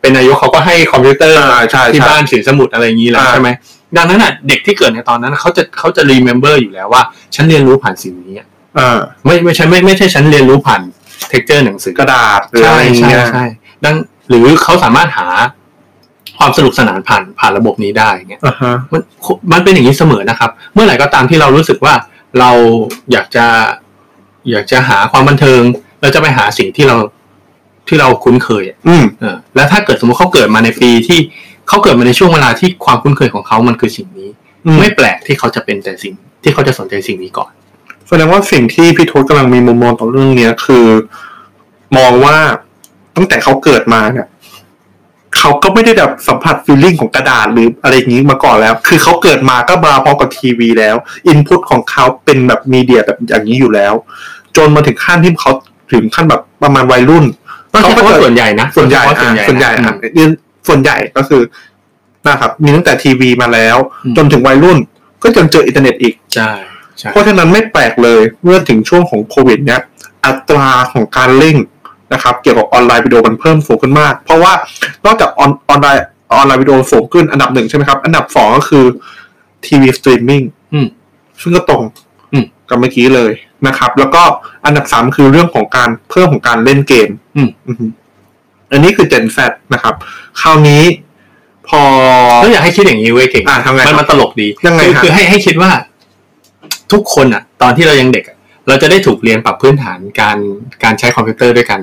[SPEAKER 3] เป็นนายกเขาก็ให้คอมพิวเตอร์
[SPEAKER 2] อ่าใช่
[SPEAKER 3] ที่
[SPEAKER 2] ใช่
[SPEAKER 3] บ้านสินสมุดอะไรอย่างนี้แหละ
[SPEAKER 2] อ่า
[SPEAKER 3] ใช่ไหมดังนั้นน่ะเด็กที่เกิดในตอนนั้นน่ะเขาจะเขาจะรีเมมเบอร์อยู่แล้วว่า ฉันเรียนรู้ผ่านสิ่งนี้อะ
[SPEAKER 2] อ่า
[SPEAKER 3] ไม่ไม่ใช่ไม่ไม่ใช่ฉันเรียนรู้ผ่านเท็กเจอร์หนังสือก
[SPEAKER 2] ระดาษหรืออะ
[SPEAKER 3] ใช่
[SPEAKER 2] ไรอย่าง
[SPEAKER 3] ใช่
[SPEAKER 2] เงี้ย
[SPEAKER 3] ใช่ดังหรือเขาสามารถหาความสนุกสนานผ่านผ่านระบบนี้ได้เงี้ย
[SPEAKER 2] อ่าฮะ
[SPEAKER 3] มันมันเป็นอย่างนี้เสมอนะครับ เมื่อไหร่ก็ตามที่เรารู้สึกว่าเราอยากจะอยากจะหาความบันเทิง เราจะไปหาสิ่งที่เราที่เราคุ้นเคยอะ
[SPEAKER 2] อืม
[SPEAKER 3] เออแล้วถ้าเกิดสมมติเขาเกิดมาในปีที่เขาเกิดมาในช่วงเวลาที่ความคุ้นเคยของเขามันคือสิ่งนี้
[SPEAKER 2] อืม
[SPEAKER 3] ไม่แปลกที่เขาจะเป็นแต่สิ่งที่เขาจะสนใจสิ่งนี้ก่อน
[SPEAKER 2] แสดงว่าสิ่งที่พี่ทศกำลังมีมุมมองต่อเรื่องเนี้ยคือ มองว่าตั้งแต่เขาเกิดมาเนี่ยเขาก็ไม่ได้แบบสัมผัสฟีลลิ่งของกระดาษหรืออะไรอย่างนี้มาก่อนแล้ว คือเขาเกิดมาก็มาพร้อมกับทีวีแล้วอินพุตของเขาเป็นแบบมีเดียแบบอย่างนี้อยู่แล้ว จนมาถึงขั้นที่เขาถึงขั้นแบบประมาณวัยรุ่น
[SPEAKER 3] ต้องใช้คำว่า
[SPEAKER 2] เขาก็เกิด
[SPEAKER 3] ส่วนใหญ่นะ
[SPEAKER 2] ส่วนใหญ่
[SPEAKER 3] ส่
[SPEAKER 2] อ่ะส่
[SPEAKER 3] ว
[SPEAKER 2] วน น
[SPEAKER 3] ให
[SPEAKER 2] ให
[SPEAKER 3] ญ่
[SPEAKER 2] ญ่
[SPEAKER 3] นะ
[SPEAKER 2] อ่ะเนี่ยส่วนใหญ่ก็คือนะครับมีตั้งแต่ทีวีมาแล้ว
[SPEAKER 3] อืม
[SPEAKER 2] จนถึงวัยรุ่น ก็จนเจออินเทอร์เน็ตอีก
[SPEAKER 3] ใช่ใช่
[SPEAKER 2] เพราะฉะนั้นไม่แปลกเลยเมื่อถึงช่วงของโควิดเนี่ยอัตราของการเร่งนะครับ เกี่ยวกับออนไลน์วิดีโอมันเพิ่มสูงขึ้นมาก เพราะว่านอกจากออนออนไลน์ออนไลน์วิดีโอสูงขึ้นอันดับหนึ่งใช่ไหมครับ อันดับสองก็คือทีวีสตรีมมิ่ง
[SPEAKER 3] อืม
[SPEAKER 2] ซึ่งก็ตรง
[SPEAKER 3] อืม
[SPEAKER 2] กับเมื่อกี้เลยนะครับ แล้วก็อันดับสามคือเรื่องของการเพิ่มของการเล่นเกม
[SPEAKER 3] อืม
[SPEAKER 2] อือฮึอันนี้คือ Gen Z นะครับ คราวนี้พอ
[SPEAKER 3] แล้วอยากให้คิดอย่างนี้เว้ยเก่ง
[SPEAKER 2] อ่ะทำไง
[SPEAKER 3] มันมันตลกดี
[SPEAKER 2] ยังไง
[SPEAKER 3] คือคื
[SPEAKER 2] ฮะ
[SPEAKER 3] อให้ให้คิดว่า ทุกคนอ่ะ ตอนที่เรายังเด็กอะเราจะได้ถูกเรียนปรับพื้นฐานการการใช้คอมพิวเตอร์ด้วยกัน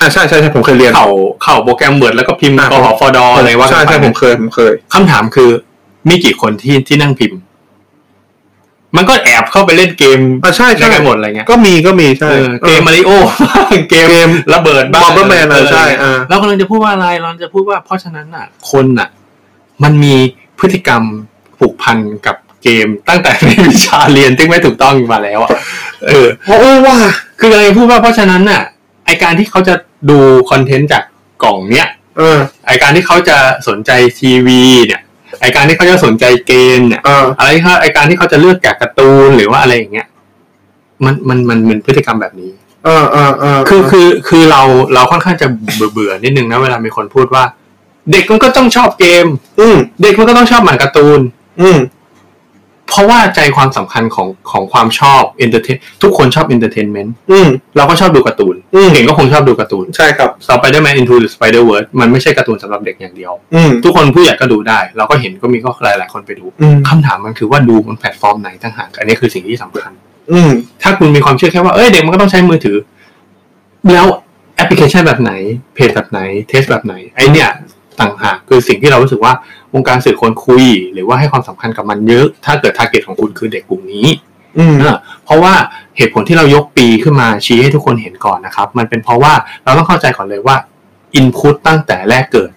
[SPEAKER 2] อ่าใช่ใช่ใช่ผมเคยเรียน
[SPEAKER 3] เข่าเข่าโปรแกรมเวิร์ดแล้วก็พิมพ์
[SPEAKER 2] อ่ะ
[SPEAKER 3] กหฟดอะไรว่ากั
[SPEAKER 2] ใช่
[SPEAKER 3] นไป
[SPEAKER 2] ใช่ผมเคยผมเคย
[SPEAKER 3] คำถามคือมีกี่คนที่ที่นั่งพิมพ์ มันก็แอบเข้าไปเล่นเกม
[SPEAKER 2] อ่าใช่
[SPEAKER 3] ได้
[SPEAKER 2] ใช่
[SPEAKER 3] กันหมดอะไรเงี้ย
[SPEAKER 2] ก็มีก็มีใช่
[SPEAKER 3] เออเกม
[SPEAKER 2] ออ
[SPEAKER 3] มาริโอบ้างเก
[SPEAKER 2] เก
[SPEAKER 3] ม
[SPEAKER 2] ม
[SPEAKER 3] ระเบิดบ้าง
[SPEAKER 2] Bomberman
[SPEAKER 3] เออ
[SPEAKER 2] เออใช่เออ
[SPEAKER 3] เรากำลังจะพูดว่าอะไรเราจะพูดว่าเพราะฉะนั้นอ่ะ คนอ่ะ มันมีพฤติกรรมผูกพันกับเกมตั้งแต่ในวิชาเรียนที่ไม่ถูกต้องมาแล้วอ่ะเออ
[SPEAKER 2] เพราะว่า
[SPEAKER 3] คือเราจะพูดว่าเพราะฉะนั้นน่ะไอการที่เขาจะดูคอนเทนต์จากกล่องเนี้ย
[SPEAKER 2] เออ
[SPEAKER 3] ไอการที่เขาจะสนใจทีวีเนี่ยไอการที่เขาจะสนใจเกมเนี่ย
[SPEAKER 2] เออ
[SPEAKER 3] อะไรที่เขาไอการที่เขาจะเลือกจากการ์ตูนหรือว่าอะไรอย่างเงี้ยมันมันมันเป็นพฤติกรรมแบบนี้
[SPEAKER 2] เออเออเออ
[SPEAKER 3] คือคือคือเราเราค่อนข้างจะเบื่อเบื่อนิดนึงนะเวลามีคนพูดว่า เด็กมันก็ต้องชอบเกม
[SPEAKER 2] อืม
[SPEAKER 3] เด็กมันก็ต้องชอบหมันการ์ตูน
[SPEAKER 2] อืม
[SPEAKER 3] เพราะว่าใจความสำคัญของของความชอบเอนเตอร์เทนทุกคนชอบเอนเตอร์เทนเมนต์
[SPEAKER 2] อืม
[SPEAKER 3] เราก็ชอบดูการ์ตูน
[SPEAKER 2] อืม
[SPEAKER 3] เก่งก็คงชอบดูการ์ตูน
[SPEAKER 2] ใช่ครับ
[SPEAKER 3] Spider-Man Into the Spider-Verse มันไม่ใช่การ์ตูนสำหรับเด็กอย่างเดียว
[SPEAKER 2] อืม
[SPEAKER 3] ทุกคนผู้ใหญ่ก็ดูได้ เราก็เห็นก็มีก็หลายๆคนไปดู
[SPEAKER 2] อืม
[SPEAKER 3] คำถามมันคือว่าดูบนแพลตฟอร์มไหนต่างหากอันนี้คือสิ่งที่สำคัญ
[SPEAKER 2] อืม
[SPEAKER 3] ถ้าคุณมีความเชื่อแค่ว่าเอ้ยเด็กมันก็ต้องใช้มือถือ แล้วแอปพลิเคชันแบบไหน เพจแบบไหน เทสแบบไหน ไอเนี่ยต่างหากคือสิ่งที่เรารู้สึกว่าวงการสื่อคนคุย หรือว่าให้ความสำคัญกับมันเยอะ ถ้าเกิดทาร์เก็ตของคุณคือเด็กกลุ่มนี้
[SPEAKER 2] อืม
[SPEAKER 3] เออเพราะว่าเหตุผลที่เรายกปีขึ้นมาชี้ให้ทุกคนเห็นก่อนนะครับ มันเป็นเพราะว่าเราต้องเข้าใจก่อนเลยว่าอินพุตตั้งแต่แรกเกิด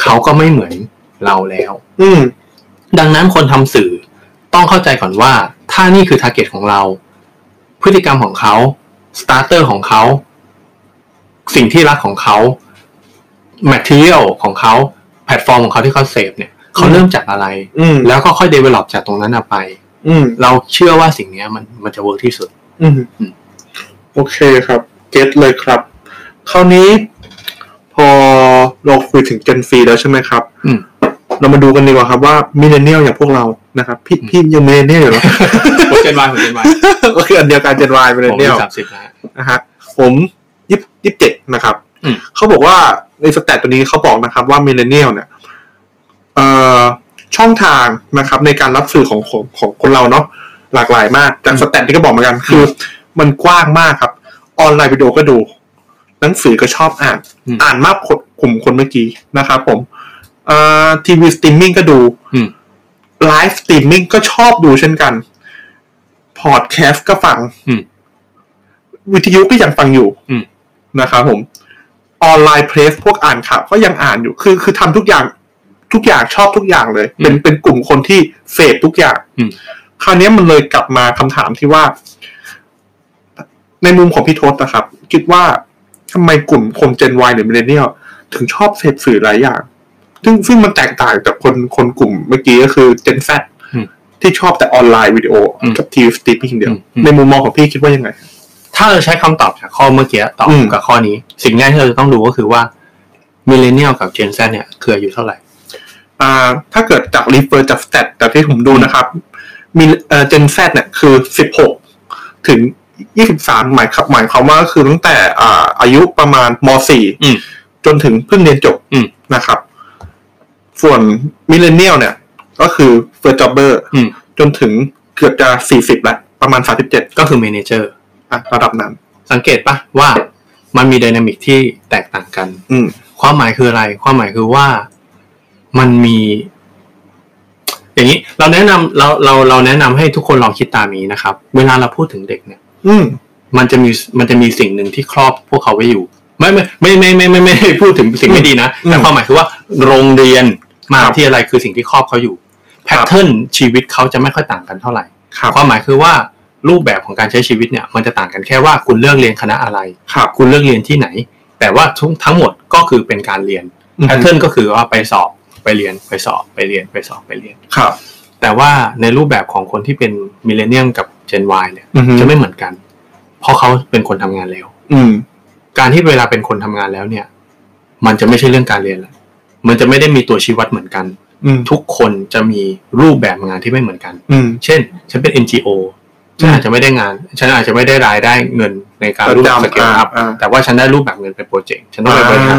[SPEAKER 3] เขาก็ไม่เหมือนเราแล้ว
[SPEAKER 2] อืม
[SPEAKER 3] ดังนั้นคนทำสื่อต้องเข้าใจก่อนว่า ถ้านี่คือ t a r g e t ของเรา พฤติกรรมของเขา starter ของเขา สิ่งที่รักของเขา material ของเขา แพลตฟอร์มของเขาที่เขาเสพเนี่ยเขาเริ่มจากอะไร
[SPEAKER 2] อืม
[SPEAKER 3] แล้วก็ค่อย develop จากตรงนั้นน่ะไป
[SPEAKER 2] อืม
[SPEAKER 3] เราเชื่อว่าสิ่งเนี้ยมันมันจะ work ที่สุด
[SPEAKER 2] อืม
[SPEAKER 3] อืม
[SPEAKER 2] โอเคครับ เก็ตเลยครับ คราวนี้ พอเราคุยถึง Gen ฟ แล้วใช่ไหมครับ
[SPEAKER 3] อืม
[SPEAKER 2] เรามาดูกันดีกว่าครับว่ามิเลเนียลอย่างพวกเรานะครับ พี่พี่ยังมิเลเนียลอยู่เหรอ
[SPEAKER 3] ผม เจนวายผมเจนวาย
[SPEAKER 2] ก็คืออันเดียวกัน Gen Y มิเล
[SPEAKER 3] ผม
[SPEAKER 2] เนียล
[SPEAKER 3] สามสิบนะฮะ
[SPEAKER 2] นะฮะผมยี่ยี่เจ็ดนะครับ
[SPEAKER 3] อืม
[SPEAKER 2] เขาบอกว่าในสแตทตัวนี้เขาบอกนะครับว่ามิเลเนียลเนี่ยเอ่อช่องทางนะครับ ในการรับสื่อของของของคนเราเนาะหลากหลายมากจากสแตทที่ก็บอกเหมือนกัน คือ มันกว้างมากครับ ออนไลน์วิดีโอก็ดู หนังสือก็ชอบอ่าน
[SPEAKER 3] อืม
[SPEAKER 2] อ่านมากกว่ากลุ่มคนเมื่อกี้นะครับผมเอ่อทีวีสตรีมมิ่งก็ดู
[SPEAKER 3] อืม
[SPEAKER 2] ไลฟ์สตรีมมิ่งก็ชอบดูเช่นกันพอดแคสต์ก็ฟัง
[SPEAKER 3] อืม
[SPEAKER 2] วิทยุก็ยังฟังอยู่
[SPEAKER 3] อืม
[SPEAKER 2] นะครับผม ออนไลน์เพลสพวกอ่านข่าวก็ยังอ่านอยู่ คือคือทำทุกอย่างทุกอย่างชอบทุกอย่างเลย เป็นเป็นกลุ่มคนที่เสพทุกอย่าง
[SPEAKER 3] อืม
[SPEAKER 2] คราวเนี้ยมันเลยกลับมาคำถามที่ว่า ในมุมของพี่ทศนะครับ คิดว่าทำไมกลุ่มคนเจน Y หรือมิเลเนียลถึงชอบเสพสื่อหลายอย่าง ซึ่งซึ่งมันแตกต่างจากคนคนกลุ่มเมื่อกี้ก็คือเจน Z
[SPEAKER 3] อืม
[SPEAKER 2] ที่ชอบแต่ออนไลน์วิดีโออ
[SPEAKER 3] ม
[SPEAKER 2] กับทีวีสตรีมมิ่งเดียว
[SPEAKER 3] อืม
[SPEAKER 2] ในมุมมองของพี่คิดว่ายังไง
[SPEAKER 3] ถ้าเราใช้คำตอบจากข้อเมื่อกี้ตอบ
[SPEAKER 2] อืม
[SPEAKER 3] กับข้อนี้ สิ่งแรกที่เราจะต้องดูก็คือว่ามิเลเนียลกับเจนซเนี่ยคืออายุเท่าไหร่
[SPEAKER 2] อ่าถ้าเกิดจากรีเฟอร์จากสแตทจากที่ผมดูนะครับ มีเอ่อเจนแซเนี่ยคือสิบหกถึงยี่สิบสามหมายครับหมายความว่าก็คือตั้งแต่อ่าอายุประมาณมสี่
[SPEAKER 3] อืม
[SPEAKER 2] จนถึงเพิ่งเรียนจบ
[SPEAKER 3] อืม
[SPEAKER 2] นะครับ ส่วนมิเลเนียลเนี่ย ก็คือเฟิร์สจ็อบเบอร์
[SPEAKER 3] อืม
[SPEAKER 2] จนถึงเกือบจะสี่สิบละประมาณสามสิบเจ็ด
[SPEAKER 3] ก็คือเมเนเจอร์
[SPEAKER 2] อ่ะระดับนั้น
[SPEAKER 3] สังเกตปะว่ามันมีไดินามิกที่แตกต่างกัน
[SPEAKER 2] อืม
[SPEAKER 3] ความหมายคืออะไร ความหมายคือว่ามันมี อย่างนี้เราแนะนำเราเราเราแนะนำให้ทุกคนลองคิดตามนี้นะครับ เวลาเราพูดถึงเด็กเนี่ย
[SPEAKER 2] อืม
[SPEAKER 3] มันจะมีมันจะมีสิ่งหนึ่งที่ครอบพวกเขาไว้อยู่ ไม่ไม่ไม่ไม่ไม่ไม่ไม่ไม่พูดถึงสิ่งไม่ดีนะ
[SPEAKER 2] อืม
[SPEAKER 3] แต่ความหมายคือว่าโรงเรียนมหา
[SPEAKER 2] ครับ
[SPEAKER 3] วิทยาลัยคือสิ่งที่ครอบเขาอยู่แพ
[SPEAKER 2] ค
[SPEAKER 3] ท
[SPEAKER 2] รับ
[SPEAKER 3] เทิร์นชีวิตเขาจะไม่ค่อยต่างกันเท่าไหร่
[SPEAKER 2] ครับ
[SPEAKER 3] ความหมายคือว่ารูปแบบของการใช้ชีวิตเนี่ยมันจะต่างกันแค่ว่าคุณเลือกเรียนคณะอะไร
[SPEAKER 2] ครับ
[SPEAKER 3] คุณเลือกเรียนที่ไหน แต่ว่าทั้งทั้งหมดก็คือเป็นการเรียน
[SPEAKER 2] อือฮึ
[SPEAKER 3] แพทเทิร์นก็คือว่าไปสอบไปเรียนไปสอบไปเรียนไปสอบไปเรียน
[SPEAKER 2] ครับ
[SPEAKER 3] แต่ว่าในรูปแบบของคนที่เป็นมิเลเนียมกับเจน Y เนี่ย
[SPEAKER 2] อือฮึ
[SPEAKER 3] จะไม่เหมือนกัน เพราะเขาเป็นคนทำงานแล้ว
[SPEAKER 2] อืม
[SPEAKER 3] การที่เวลาเป็นคนทำงานแล้วเนี่ย มันจะไม่ใช่เรื่องการเรียนละมันจะไม่ได้มีตัวชี้วัดเหมือนกัน
[SPEAKER 2] อืม
[SPEAKER 3] ทุกคนจะมีรูปแบบงานที่ไม่เหมือนกัน
[SPEAKER 2] อืม
[SPEAKER 3] เช่น ฉันเป็น NGO ฉันอาจจะไม่ได้งาน ฉันอาจจะไม่ได้รายได้เงินในการรูปแบบสเกลอัพ
[SPEAKER 2] อ่าอ่า
[SPEAKER 3] แต่ว่าฉันได้รูปแบบเงินเป็นโปรเจกต์ ฉันต้อง
[SPEAKER 2] อ่า
[SPEAKER 3] ไปบริหาร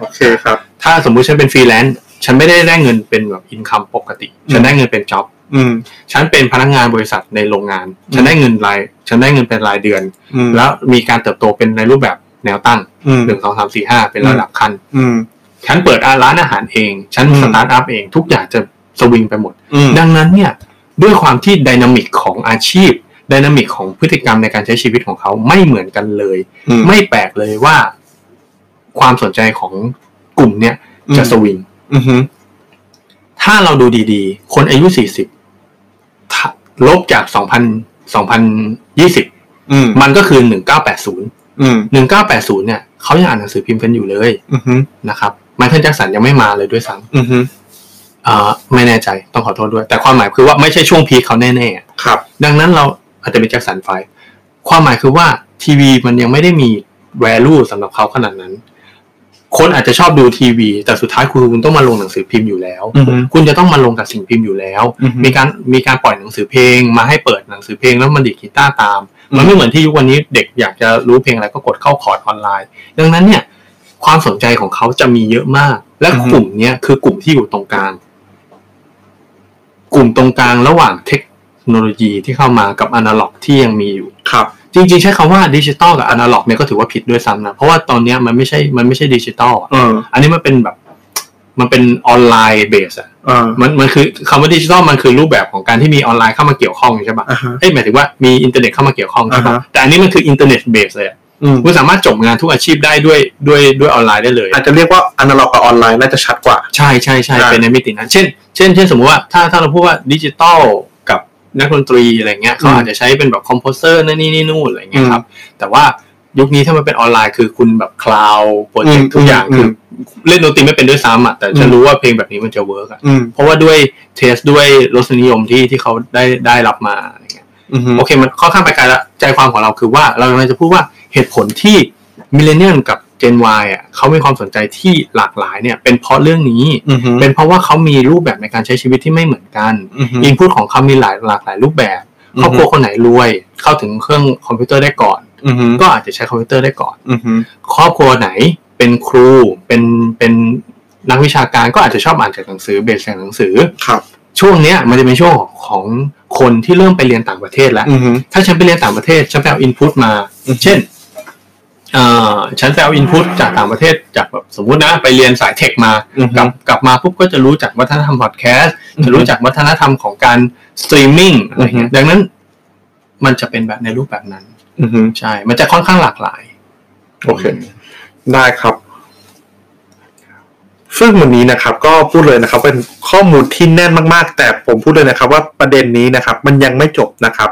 [SPEAKER 2] โอเคครับ
[SPEAKER 3] ถ้าสมมุติฉันเป็นฟรีแลนซ์ ฉันไม่ได้ได้เงินเป็นแบบอินคัมปกติ ฉันได้เงินเป็นจ็อบ
[SPEAKER 2] อืม
[SPEAKER 3] ฉันเป็นพนักงานบริษัทในโรงงาน ฉันได้เงินราย ฉันได้เงินเป็นรายเดือน
[SPEAKER 2] อืม
[SPEAKER 3] แล้วมีการเติบโตเป็นในรูปแบบแนวตั้ง
[SPEAKER 2] อืม
[SPEAKER 3] หนึ่งสองสามสี่ห้าเป็นระดับขั้น
[SPEAKER 2] อืม
[SPEAKER 3] ฉันเปิดร้านอาหารเอง ฉัน
[SPEAKER 2] อืม
[SPEAKER 3] สตาร์ทอัพเอง ทุกอย่างจะสวิงไปหมด
[SPEAKER 2] อืม
[SPEAKER 3] ดังนั้นเนี่ยด้วยความที่ไดินามิกของอาชีพไดินามิกของพฤติกรรมในการใช้ชีวิตของเขาไม่เหมือนกันเลย
[SPEAKER 2] อืม
[SPEAKER 3] ไม่แปลกเลยว่า ความสนใจของกลุ่มเนี่ย
[SPEAKER 2] อืม
[SPEAKER 3] จะสวิง
[SPEAKER 2] อือฮึ
[SPEAKER 3] ถ้าเราดูดีๆ คนอายุ 40ถ้าลบจาก 2,000 2020
[SPEAKER 2] อืม
[SPEAKER 3] มันก็คือ 1980
[SPEAKER 2] อืม
[SPEAKER 3] 1980เนี่ยเขายังอ่านหนังสือพิมพ์กันอยู่เลย
[SPEAKER 2] อือฮึ
[SPEAKER 3] นะครับไมเคิลแจ็คสันยังไม่มาเลยด้วยซ้
[SPEAKER 2] อือฮึ
[SPEAKER 3] ำเอ่อไม่แน่ใจต้องขอโทษด้วย แต่ความหมายคือว่าไม่ใช่ช่วงพีคเขาแน่ๆ
[SPEAKER 2] ครับ
[SPEAKER 3] ดังนั้นเราอาจจะเป็นแจ็คสันไฟว์ความหมายคือว่าทีวีมันยังไม่ได้มี value สำหรับเขาขนาดนั้น คนอาจจะชอบดูทีวี แต่สุดท้ายคุณคุณต้องมาลงหนังสือพิมพ์อยู่แล้ว
[SPEAKER 2] อือฮึ
[SPEAKER 3] คุณจะต้องมาลงกับสิ่งพิมพ์อยู่แล้ว
[SPEAKER 2] อือฮึ
[SPEAKER 3] มีการมีการปล่อยหนังสือเพลง มาให้เปิดหนังสือเพลงแล้วมันดิดกีตาร์ตาม มันไม่เหมือนที่ยุควันนี้เด็กอยากจะรู้เพลงอะไรก็กดเข้าคอร์สออนไลน์ ดังนั้นเนี่ยความสนใจของเขาจะมีเยอะมาก และ
[SPEAKER 2] อือฮึ
[SPEAKER 3] กลุ่มเนี้ยคือกลุ่มที่อยู่ตรงกลาง กลุ่มตรงกลางระหว่างเทคโนโลยีที่เข้ามากับอนาล็อกที่ยังมีอยู่
[SPEAKER 2] ครับ
[SPEAKER 3] จริงๆ ใช้คำว่าดิจิตอลกับอนาล็อกเนี่ยก็ถือว่าผิดด้วยซ้ำนะ เพราะว่าตอนเนี้ยมันไม่ใช่มันไม่ใช่ดิจิตอลอะ
[SPEAKER 2] เออ
[SPEAKER 3] อันนี้มันเป็นแบบมันเป็นออนไลน์เบสอะ
[SPEAKER 2] เออ
[SPEAKER 3] มันมันคือคำว่าดิจิทัลมันคือรูปแบบของการที่มีออนไลน์เข้ามาเกี่ยวข้องใช่ปะ
[SPEAKER 2] อ่าฮะ
[SPEAKER 3] เอ้ยหมายถึงว่ามีอินเทอร์เน็ตเข้ามาเกี่ยวข้องใช่ปะ
[SPEAKER 2] อ่าฮะ
[SPEAKER 3] แต่อันนี้มันคืออินเทอร์เน็ตเบสเลยอะ
[SPEAKER 2] อืม
[SPEAKER 3] คุณสามารถจบงานทุกอาชีพได้ด้วยด้วยด้วยออนไลน์ได้เลย
[SPEAKER 2] อาจจะเรียกว่าอนาล็อกกับออนไลน์น่าจะชัดกว่า
[SPEAKER 3] ใช่ใช่ใช่
[SPEAKER 2] อ่า
[SPEAKER 3] เป็นในมิตินั้น เช่น เช่นเช่นสมมติว่าถ้าถ้าเราพูดว่าดิจิตอลกับนักดนตรีอะไรเงี้ยเขาอาจจะใช้เป็นแบบคอมโพเซอร์นั่นนี่นี่นู่นอะไรเงี้ยครับ แต่ว่ายุคนี้ถ้ามันเป็นออนไลน์คือคุณแบบคลาวโปรเจกต์ทุกอย่างคือเล่นดนตรีไม่เป็นด้วยซ้ำอ่ะแต่ฉันรู้ว่าเพลงแบบนี้มันจะเวิร์กอะ
[SPEAKER 2] อืม
[SPEAKER 3] เพราะว่าด้วยเทสด้วยรสนิยมที่ที่เขาได้ได้รับมาอะไรเงี้ย
[SPEAKER 2] อืม
[SPEAKER 3] โอเคมันค่อนข้างไปไกลละใจความของเราคือว่าเรากำลังจะพูดว่าเหตุผลที่มิเลเนียลกับเจน Y อ่ะเขามีความสนใจที่หลากหลายเนี่ยเป็นเพราะเรื่องนี้
[SPEAKER 2] อืมอืม
[SPEAKER 3] เป็นเพราะว่าเขามีรูปแบบในการใช้ชีวิตที่ไม่เหมือนกัน
[SPEAKER 2] อืม
[SPEAKER 3] อินพุตของเขามีหลายหลากหลายรูปแบบ
[SPEAKER 2] อือฮึ
[SPEAKER 3] ครอบครัวคนไหนรวย เข้าถึงเครื่องคอมพิวเตอร์ได้ก่อน
[SPEAKER 2] อืม
[SPEAKER 3] ก็อาจจะใช้คอมพิวเตอร์ได้ก่อน
[SPEAKER 2] อืม
[SPEAKER 3] ครอบครัวไหนเป็นครูเป็นเป็นนักวิชาการก็อาจจะชอบอ่านจากหนังสือเบสจากหนังสือ
[SPEAKER 2] ครับ
[SPEAKER 3] ช่วงเนี้ยมันจะเป็นช่วงของคนที่เริ่มไปเรียนต่างประเทศแล้ว
[SPEAKER 2] อืมฮึ
[SPEAKER 3] ถ้าฉันไปเรียนต่างประเทศ ฉันไปเอาอินพุตมา
[SPEAKER 2] อืม
[SPEAKER 3] เช่นเอ่อฉันไปเอาอินพุตจากต่างประเทศ จากแบบสมมุตินะ ไปเรียนสายเทคมา
[SPEAKER 2] อืม
[SPEAKER 3] ก
[SPEAKER 2] ฮึ
[SPEAKER 3] ลับกลับมาปุ๊บก็จะรู้จักวัฒนธรรมพอดแคสต์
[SPEAKER 2] อือฮึ
[SPEAKER 3] จะรู้จักวัฒนธรรมของการสตรีมมิ่งอะไร
[SPEAKER 2] อือ
[SPEAKER 3] เงี้
[SPEAKER 2] ฮึ
[SPEAKER 3] ย ดังนั้น มันจะเป็นแบบในรูปแบบนั้น
[SPEAKER 2] อืมฮึ
[SPEAKER 3] ใช่ มันจะค่อนข้างหลากหลาย
[SPEAKER 2] โอเค ได้ครับ ซึ่งวันนี้นะครับ ก็พูดเลยนะครับ เป็นข้อมูลที่แน่นมากๆ แต่ผมพูดเลยนะครับ ว่าประเด็นนี้นะครับ มันยังไม่จบนะครับ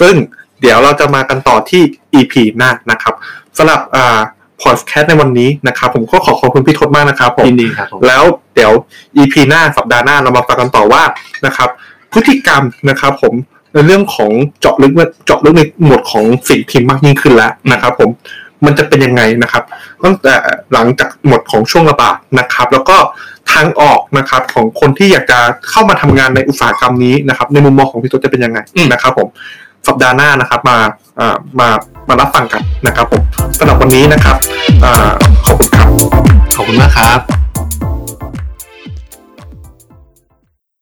[SPEAKER 2] ซึ่งเดี๋ยวเราจะมากันต่อที่ EP หน้านะครับสำหรับอ่าพอดแคสต์ในวันนี้นะครับ ผมก็ขอขอบคุณพี่ทศมากนะครับผม
[SPEAKER 3] ยินดีครับผม
[SPEAKER 2] แล้วเดี๋ยว EP หน้าสัปดาห์หน้าเรามาฟังกันต่อว่านะครับ พฤติกรรมนะครับผมในเรื่องของเจาะลึกเจาะลึกในหมวดของสิ่งพิมพ์มากยิ่งขึ้นแล้วนะครับ ผมมันจะเป็นยังไงนะครับตั้งแต่หลังจากหมดของช่วงระบาดนะครับ แล้วก็ทางออกนะครับของคนที่อยากจะเข้ามาทำงานในอุตสาหกรรมนี้นะครับ ในมุมมองของพี่ตุ๊กจะเป็นยังไง
[SPEAKER 3] อืม
[SPEAKER 2] นะครับ ผมสัปดาห์หน้านะครับมาอ่ามามารับฟังกันนะครับ ผมสำหรับวันนี้นะครับอาขอบคุณครับ
[SPEAKER 3] ขอบคุณมากครับ